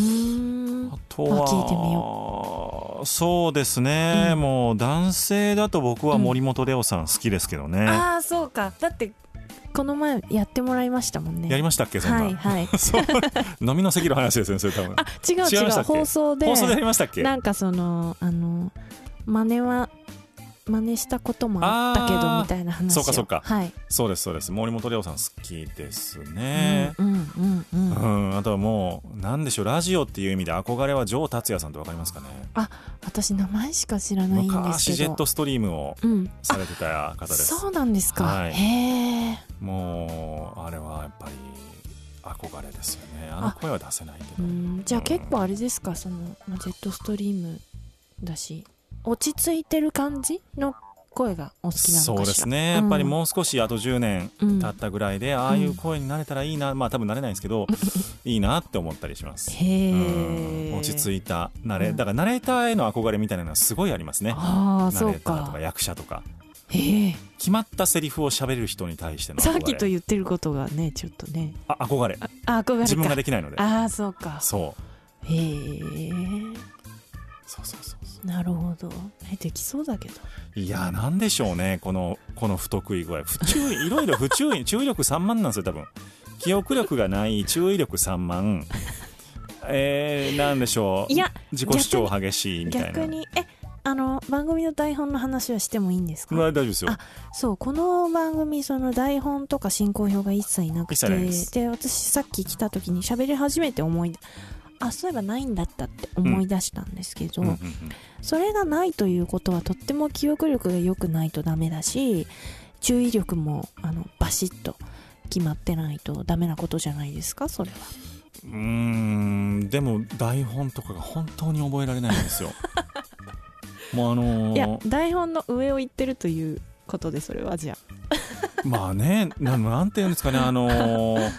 んあとはあ聞いてみそうですね、うんもう男性だと僕は森本レオさん好きですけどね、ああそうかだってこの前やってもらいましたもんねやりましたっけそんな、はい *laughs* はいそう飲みの席の話ですよねそれ多分あ違う違い違ましたうっけ放送で放送でやりましたっけなんかそのあの真似は真似したこともあったけどあーみたいな話そをうかそうかはいそうですそうです森本レオさん好きですね、うんうんうんううんんあとはもう何でしょうラジオっていう意味で憧れは城達也さんってわかりますかね私名前しか知らないんですけど昔ジェットストリームをうんされてた方ですそうなんですか、はいへえもうあれはやっぱり憧れですよねあのあ声は出せないけうどんじゃあ結構あれですかそのまあジェットストリームだし落ち着いてる感じの声がお好きなのかしらそうですねやっぱりもう少しあと10年うん経ったぐらいで、ああいう声になれたらいいなまあ多分なれないんですけ *laughs* ど、いいなって思ったりしますへうんえ落ちいて着いた慣れ、うんだからナレーターへの憧れみたいなのはすごいありますねあナあそレうーターとかか役者とかへえ決まったセリフを喋れる人に対しての憧されっきと言ってることがねちょっとねあ憧れあ憧れか自分ができないのでああそうかそうへえそうそうそうそうなるほどえできそうだけどいやなんでしょうねこのこの不得意具合不注意い *laughs* ろいろ不注意注意力散万なんですよ多分記憶力がない注意力散万えー、なんでしょういや自己主張激しいみたいな逆にえあの番組の台本の話はしてもいいんですか、まあ大丈夫ですよあそうこの番組その台本とか進行表が一切なく一切てないですで私さっき来た時に喋り始めて思いあそういえばないんだったって思い出したんですけど、うんうんうんそれがないということはとっても記憶力が良くないとダメだし注意力もあのバシッと決まってないとダメなことじゃないですかそれはうーんでも台本とかが本当に覚えられないん *laughs* ですよもうあのーいや台本の上を行ってるということでそれはじゃまあねななんていうんですかねあのー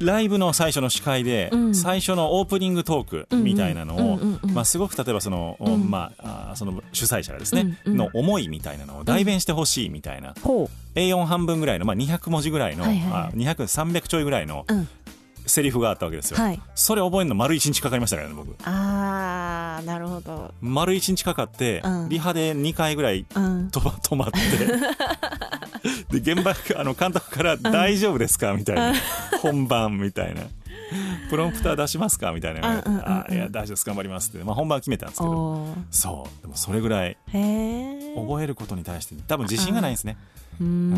ライブの最初の司会で、うん最初のオープニングトークあみたいなのを、うんうんうんうんまあ、すごく例えばその,、うんまあ、あーその主催者がですね、うんうんの思いみたいなのを代弁してほしいみたいな、ほ A4 半分ぐらいの、まあ、200文字ぐらいの、はいはいはいあ200300ちょいぐらいのうんセリフがあったわけですうよ、はいそれ覚えるの丸1日かかりましたからね僕あーなるほど丸1日かかって、うんリハで2回ぐらいうんとば止まってで現場あの監督から「大丈夫ですか?」みたいな「本番」みたいな「プロンプター出しますか?」みたいな「うんうんうんうんあいや大丈夫です頑張ります」って、まあ、本番は決めたんですけどおーそうでもそれぐらいへえ覚えることに対して多分自信がないんですね。うーうーん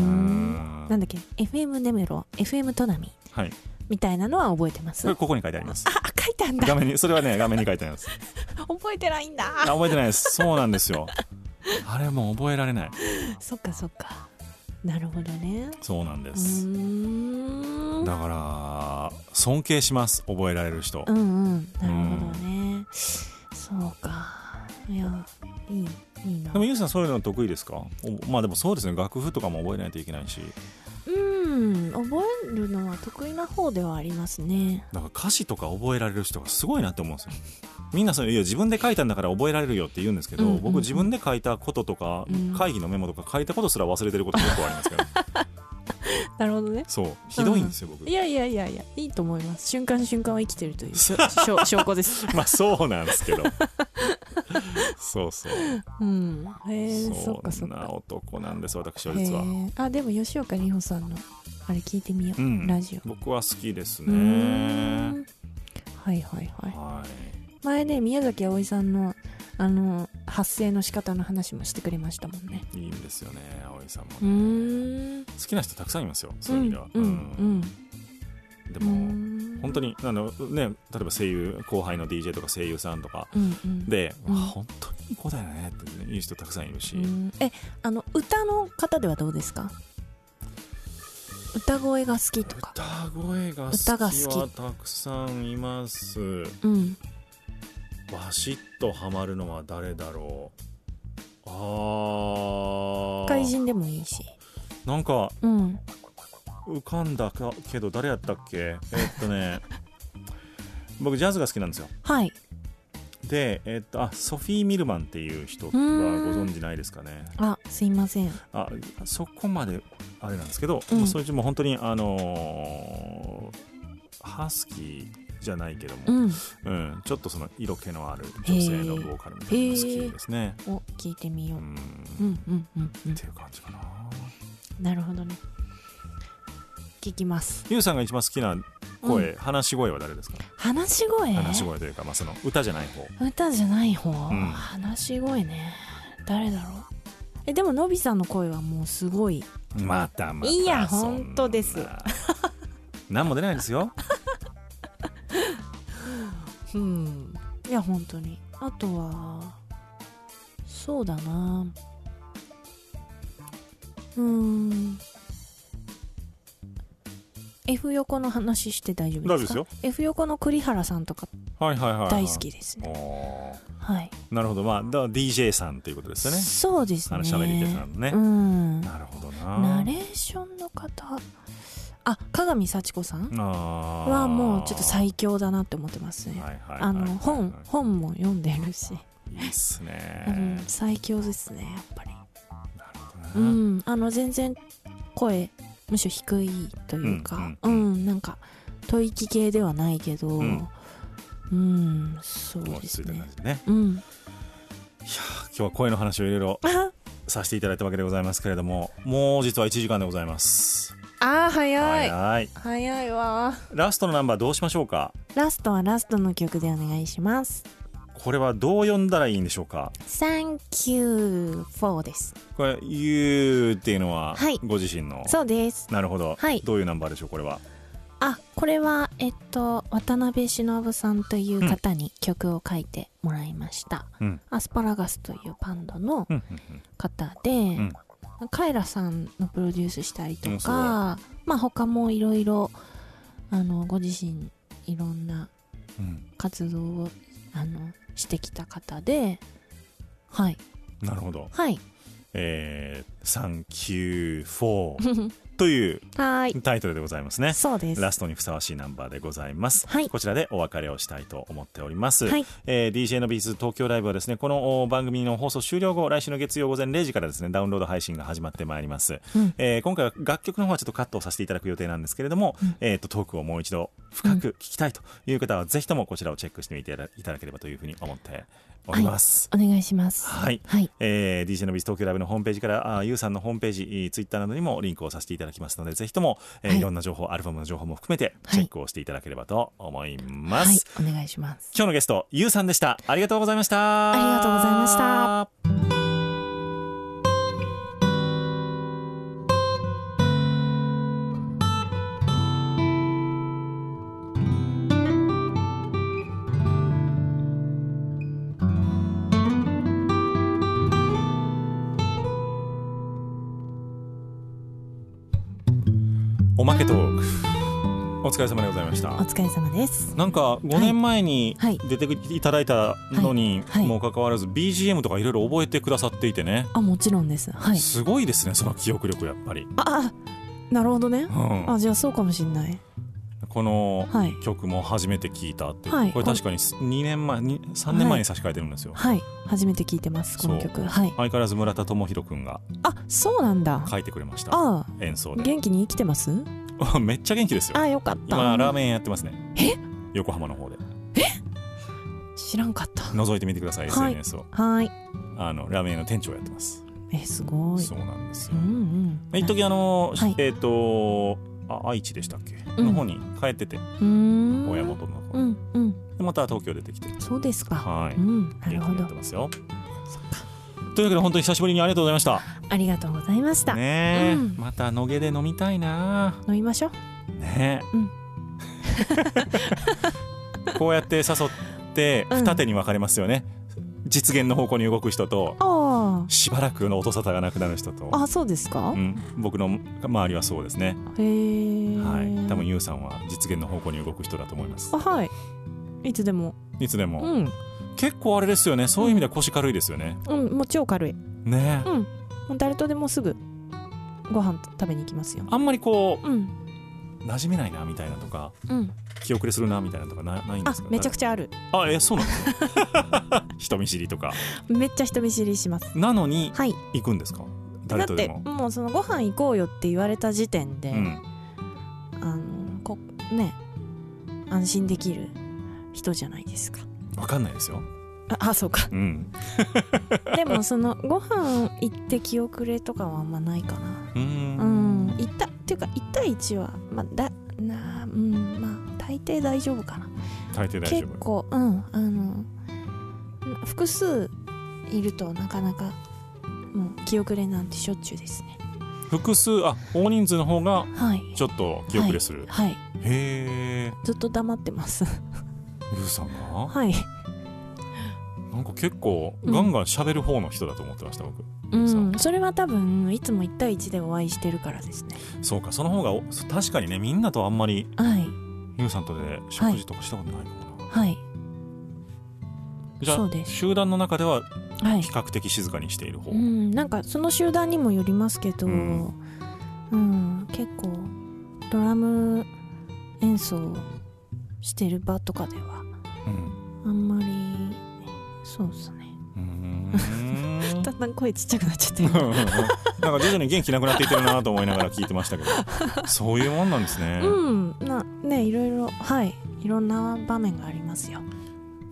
んなんだっけ FM ネメロ FM トナミはい、みたいなのは覚えてますこれあここに書いてあります。書いたんだ画面にそれはね画面に書いてあり *laughs* ます。覚えてないんあだ覚えてないです。そうなんですよ。あれもう覚えられない。そっかそっかなるほどねそうなんでうす。ーんだから尊敬します覚えられる人。うんうんなるほどねそうかいやいいいいなでもゆうさんそういうの得意ですかおまあでもそうですね楽譜とかも覚えないといけないしうん覚えるのは得意な方ではありますねなんか歌詞とか覚えられる人がすごいなって思うんですよみんなそれいや自分で書いたんだから覚えられるよって言うんですけど、うんうんうん僕自分で書いたこととか、うん会議のメモとか書いたことすら忘れてること結構ありますから *laughs* なるほどねそうひどいんですよ、僕いやいやいやいやいいと思います瞬間瞬間は生きてるとい *laughs* うしょしょ証拠ですまあそうなんですけどそうそううんへ *laughs* えそっかそそっんなか男なんです私はへ実はえあでも吉岡里帆さんのあれ聞いてみよう、うんラジオ僕は好きですうーねんはいはいはいは前ね宮崎あおいさんのあの発声の仕方の話もしてくれましたもんねいいいんですよね葵さんもうねーん好きな人たくさんいますよそういう意味ではうんううんんでうんうもん本当にあのね例えば声優後輩の DJ とか声優さんとかうんうんで、うんわ本当にいい子だよねって、ね、いい人たくさんいるし、うんえあの歌の方ではどうですか歌声が好きとか歌声が歌が好好ききはたくさんいますうんバシッとハマるのは誰だろうあー外人でもいいしなんかうん浮かんだかけど誰やったっけえっとね *laughs* 僕ジャズが好きなんですよはいで、えっとあソフィー・ミルマンっていう人はごーん存知ないですかねあすいませんあそこまであれなんですけど、うんもうそれじゃもう本当にあのーハスキーじゃないけども、うんうんちょっとその色気のある女性のボーカルみたいなのが好きですね。を聞いてみよううんうっんうんうんうんていう感じかな。なるほどね聞きますゆうさんが一番好きな声、話し声は誰ですか話し声話し声というか、まあ、その歌じゃない方。歌じゃない方、ん話し声ね誰だろうえでものびさんの声はもうすごいまたまた。いやそんな本当です。何も出ないですよ。うんいや本当にあとはそうだなうーん F 横の話して大丈夫ですか大丈夫で F 横の栗原さんとかはいはいはい、はい。大好きですねおー。はい、なるほど、まあ、だから DJ さんということですよね。そうですねあの喋り手さんのね。うんなるほどな。ナレーションの方あ加賀美幸子さんあーはもうちょっと最強だなって思ってますねはいはいはいはいあの本本も読んでるし、いいっすね。 *laughs* うん、最強ですねやっぱりなるほどな。うん、あの全然声むしろ低いというか、ううんんうなんか吐息系ではないけど、うんん、そう落ちです着いたね感じでね。うん、 *laughs* 今日は声の話をいろいろあさせていただいたわけでございますけれども、もう実は1時間でございます。あー早いはい。早いわラストのナンバーどうしましょうかラストはラストの曲でお願いしますこれはどう読んだらいいんでしょうか Thank you for ですこれ、You っていうのははい、ご自身の。そうですなるほど、はいどういうナンバーでしょう、これは。あこれはえっと渡辺忍さんという方に曲を書いてもらいました、うんアスパラガスというバンドのうんうん方で、んカエラさんのプロデュースしたりとうんすごいか、まあ他もいろいろあのご自身いろんなうん活動をあのしてきた方ではいうんなるほど。はいえー、3 9 *laughs* 4というはいタイトルでございますね。そうですラストにふさわしいナンバーでございます。はいこちらでお別れをしたいと思っております。はいえー DJ のビーズ東京ライブはですね、このお番組の放送終了後、来週の月曜午前0時からですね、ダウンロード配信が始まってまいります。うんえー今回は楽曲の方はちょっとカットをさせていただく予定なんですけれども、えーと、トークをもう一度深く聞きたいという方は、ぜひともこちらをチェックしてみていただいただければというふうに思っております。お願いしますはいはいえー、DJ のビズ東京ライブのホームページからあーゆうさんのホームページツイッターなどにもリンクをさせていただきますのでぜひとも、えーはいい、ろんな情報アルバムの情報も含めてはいチェックをしていただければと思います、はいお願いします今日のゲストゆうさんでしたありがとうございましたありがとうございましたおまけトークお疲れ様でございましおた疲れ様ですなんか5年前にはい出ていただいたのにはいはいもかかわらず BGM とかいろいろ覚えてくださっていてねあもちろんですはいすごいですねその記憶力やっぱり、ああなるほどねうんあじゃあそうかもしんないここのはい曲も初めて聞いたっていう、はいこれ確かに2年前に3年前に差し替えてるんですよ、はい初めて聞いてますこの曲はい相変わらず村田智弘くんがあそうなんだ書いてくれましたあ演奏あで元気に生きてます *laughs* めっちゃ元気ですよあよかった今ラーメンやってますねえ横浜の方で知らんかった覗いてみてください、はい SNS をはいあのラーメン屋の店長やってます、えすごいそうなんですうよ、んうん一時あの、はいえっ、とあ愛知でしたっけ、うんの方に帰っててうーん親元の方、うんうんでまた東京出てきてそうですかはい、うんなる元気ほになどってますよというわけで本当に久しぶりにありがとうございましたありがとうございましたねえ、うんまた野毛で飲みたいな飲みましょうねえ、うん *laughs* こうやって誘ってうん二手に分かれますよね、実現の方向に動く人とあしばらくの音沙汰がなくなる人とああそうですかうん、僕の周りはそうですね、へえはい、多分ゆうさんは実現の方向に動く人だと思いますあはいいつでもいつでも、うん結構あれですよねそういう意味では腰軽いですよね、うんもう超軽いねえ、うんもう誰とでもすぐご飯食べに行きますよあんまりこうんう馴染めないなみたいなとかうん気遅れするなみたいなとかなないんであすかめちゃくちゃあるあえそうなの *laughs* 人見知りとかめっちゃ人見知りしますなのにはい行くんですかだ誰っとてでももうそのご飯行こうよって言われた時点で、うん、あのこね安心できる人じゃないですか分かんないですよ、あ *laughs* あそう *laughs* かうん、でもそのご飯行って気遅れとかはあんまないかうーんなうん行ったっていうか1対1はまあだなあうんまあ大抵大丈夫かな大抵大丈結夫構うんあの複数いるとなかなかもう気遅れなんてしょっちゅうですね複数あ大人数の方がはいちょっと気遅れする、はいへえずっと黙ってます *laughs* ゆうさんがはいなんか結構ガンガン喋る方の人だと思ってました、僕うんそれは多分いつも1対1でお会いしてるからですねそうかその方がお確かにねみんなとあんまりはいゆうさんとで食事とかしたことないかもな、はいじゃそあうです集団の中でははい比較的静かにしている方、うんなんかその集団にもよりますけど、ううんん結構ドラム演奏してる場とかではうんあんまりそうですねうーん *laughs* *laughs* だんだん声ちっちゃくなっちゃってるうんうんうんなんか徐々に元気なくなっていってるなと思いながら聞いてましたけ *laughs* どそういうもんなんですね、うんなねいろいろはいいろんな場面がありますよ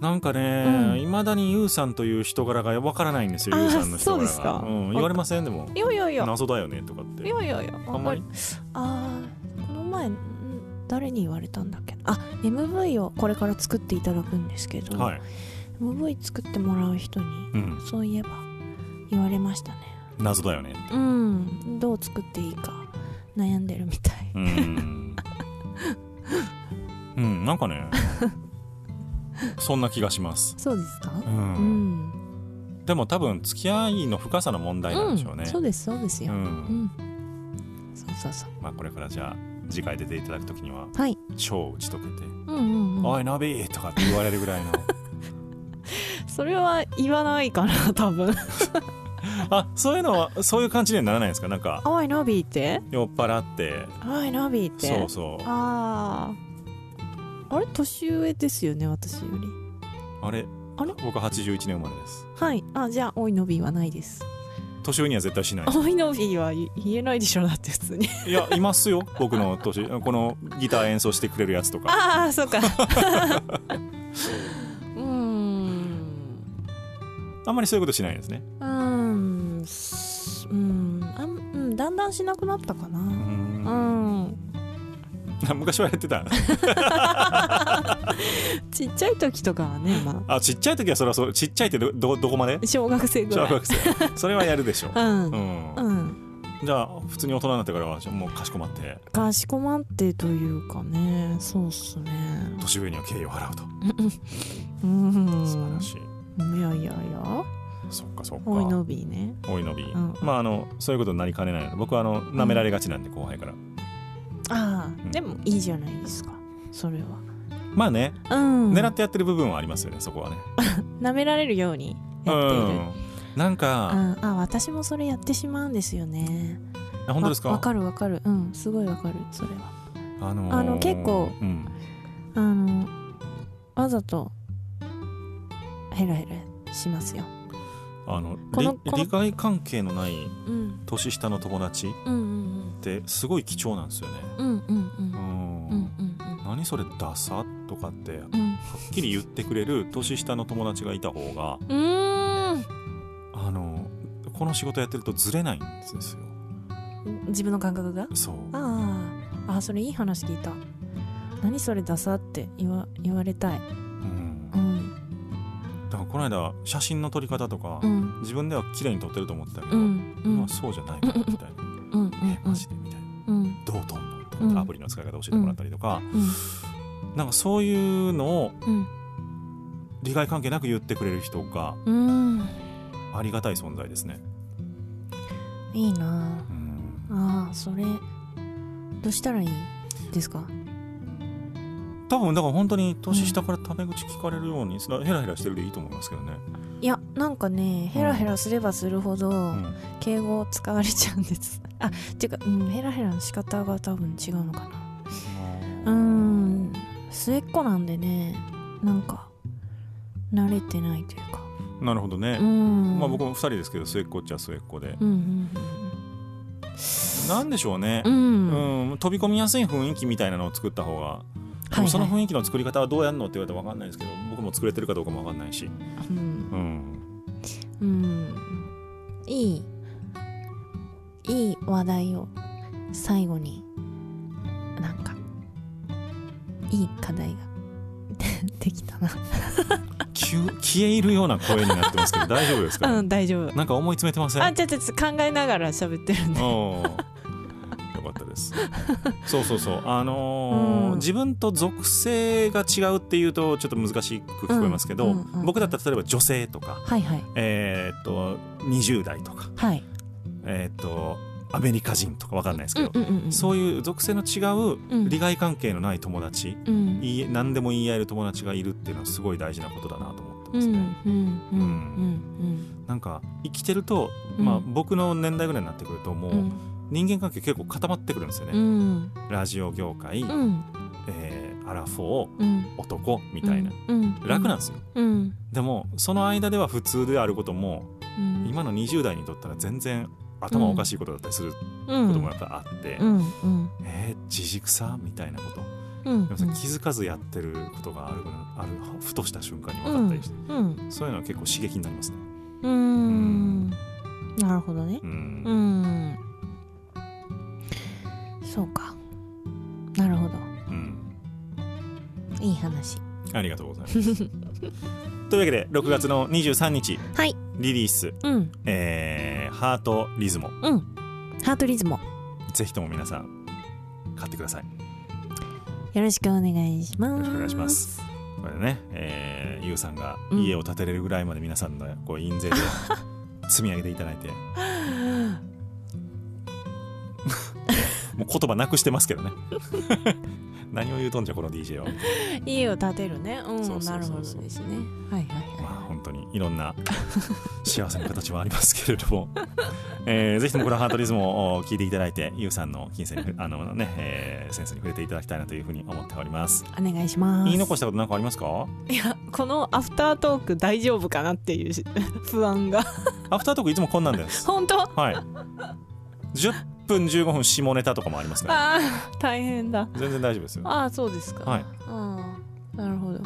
なんかねうんいま、未だにゆうさんという人柄がわからないんですよあーゆうさんの人柄がそうですかん、言われませんでもいやいやいや謎だよねとかっいてやいやいやあんまりあーこの前ん誰に言われたんだっけなあ MV をこれから作っていただくんですけど、はい、 MV 作ってもらう人にうん、そういえば言われましたね謎だよねうんどう作っていいか悩んでるみたい、うんうんなんかねそんな気がします、そうですかうんうん、でも多分付き合いの深さの問題なんでしょうね、そうですそうですよううんん、そうそうそうまあ、これからじゃあ次回出ていただく時にははい超打ち解けてうんうん、「うん、おいナビ!」とかって言われるぐらい *laughs* のそれは言わないかな多 *laughs* 分あそういうのはそういう感じにはならないんですかなんかおいナビーって酔っ払っておいナビーってそうそうあああれ年上ですよね私よりあれあれ僕81年生まれですはいあじゃあおいのびはない *laughs* です年上には絶対しないおいのびは言言えないでしょだって普通にいやいますよ僕の年このギター演奏してくれるやつとか *laughs* あ *laughs* あそうかうーんあんまりそういうことしないですねうーんすうーんあんうんだんだんしなくなったかうなうんん *laughs* 昔はやってたちっちゃい時とかは *laughs* ねまあちっちゃい時はそれはそうちっちゃいってどどどこまであ小学生ぐ小らい学生それはやるでしょ *laughs* ううんんうんじゃあ普通に大人になってからはじゃあもうかしこまってかしこまってというかねそうっすね年上には敬意を払うとうん素晴らしいいやいやいやそっかそっかおいのびねおいのび、んまああのそういうことになりかねないので僕はあの舐められがちなんで後輩からああ、うんでもいいじゃないですかそれはまあねうん狙ってやってる部分はありますよねそこはね舐められるようにやっている、うん、うん、なんか、ああ私もそれやってしまうんですよねあ本当ですかわわかるわかるうんすごいわかるそれはあのあの結構うんあのわざとヘラヘラしますよ、あのこのりこの利害関係のないうん、年下の友達っうんうんてすごい貴重なんですよねうんうんうんううんんうんうん何それダサとかってはっうんきり言ってくれる年下の友達がいた方がうんうあのこの仕事やってるとずれないんですよーん自分の感覚がそうあああーそれいい話聞いた何それダサって言わ言われたいうんうんだからこの間写真の撮り方とかうん自分では綺麗に撮ってると思ってたけうどんうんまあそうじゃないかなみたいなうんうんえマジでみたいなうんどう撮んのとかってアプリの使い方教えてもらったりとかうんなんかそういうのをうん利害関係なく言ってくれる人がうんありがたい存在ですねいいなうんああそれどうしたらいいですか多分だから本当に年下からタメ口聞かれるようにそれはヘラヘラしてるでいいと思いますけどね、いやなんかねヘラヘラすればするほど、うん敬語を使われちゃうんですあっていうか、うん、ヘラヘラの仕方が多分違うのかなうーん末っ子なんでねなんか慣れてないというかなるほどねうー、んまあ僕も2人ですけど末っ子っちゃ末っ子 *laughs* でうんなんでしょうねうんうう、んうんん飛び込みやすい雰囲気みたいなのを作った方が、でもその雰囲気の作り方はどうやるのって言われたら分かんないですけど僕も作れてるかどうかも分かんないし、うんうん、うんいいいい話題を最後になんかいい課題が *laughs* できたな消消え入るような声になってますけど大丈夫 *laughs* ですか、うん大丈夫なんか思い詰めてませんあちょっと考えながら喋ってるんでおーよかったです。そうそうそう。あのーうん自分と属性が違うっていうとちょっと難しく聞こえますけど、うんうんうん僕だったら例えば女性とか、はいはいえーっと20代とか、はいえーっとアメリカ人とかわかんないですけど、うんうんうんそういう属性の違うんう利害関係のない友達、うんいい何でも言い合える友達がいるっていうのはすごい大事なことだなと思ってうまんうすんね。うんうんなんか生きてると、うんまあ僕の年代ぐらいになってくるともうんううん人間関係結構固まってくるんですよね。うんラジオ業界、うんえーアラフォーうん男みたいな、うん楽なんですようんでもその間では普通であることもうん今の20代にとったら全然頭おかしいことだったりするこうとんもやっぱあって、うんうんえー、自軸さみたいなことうんでもさ気づかずやってることがあるあるふとした瞬間に分かったりして、うんそういうのは結構刺激になりますねうーんなるほどねう、うんんそうかなるほどうんいい話ありがとうございます *laughs* というわけで6月の23日はいリリース、うんえーハートリズムうんハートリズムぜひとも皆さん買ってください。よよろしくお願いしますろしくお願いします。これね、えー、ゆうさんがうん家を建てれるぐらいまで皆さんのこう印 *laughs* 税で積み上げていただいて。 *laughs* もう言葉なくしてますけどね。 *laughs* 何を言うとんじゃこの DJ は。家を建てるねうんそうそなうるそほうどそうですねはいはいまあは本当にいろんな幸せの形はありますけれども、えー、ぜひともこのハートリズムを聞いていただいて、ゆうさんの金銭に、あのね、えーセンスに触れていただきたいなというふうに思っております。いお願いします言い残したことなんかありますかいやこのアフタートーク大丈夫かなっていうし *laughs* 不安がアフタートークいつもこんなんです。 *laughs* 本当はい。10分15分下ネタとかもありますから、あー大変だ全然大丈夫ですよ。ああそうですかはいうんなるほど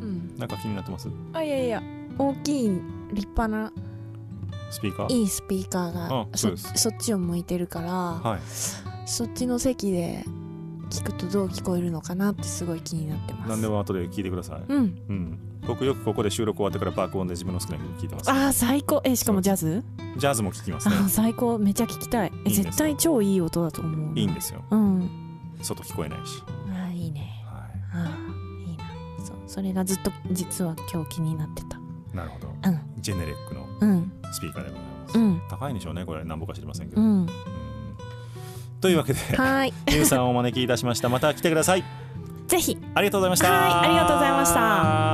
うんなんか気になってますあいやいや大きい立派なスピーカーいいスピーカーがあそうそですそっちを向いてるから、はい。そっちの席で聞くとどう聞こえるのかなってすごい気になってます何でも後で聞いてください。うんうん。僕よくここで収録終わってから爆音で自分の好きな曲聞いてます。ああ最高えしかもジャズジャズも聞きますあね。ー最高めちゃ聞きたいえいいんですよ絶対超いい音だと思ういいんですよ。うん外聞こえないし。あーいいねはあーいいなそうそれがずっと実は今日気になってたい。なるほど。うんジェネレックのうんスピーカーでございます。うん高いんでしょうね、これ。なんぼか知りませんけうど。 *laughs* んうんというわ *laughs* けで、はいゆうさんをお招きいたしました。また来てください。ぜひありがとうございました。はいありがとうございました。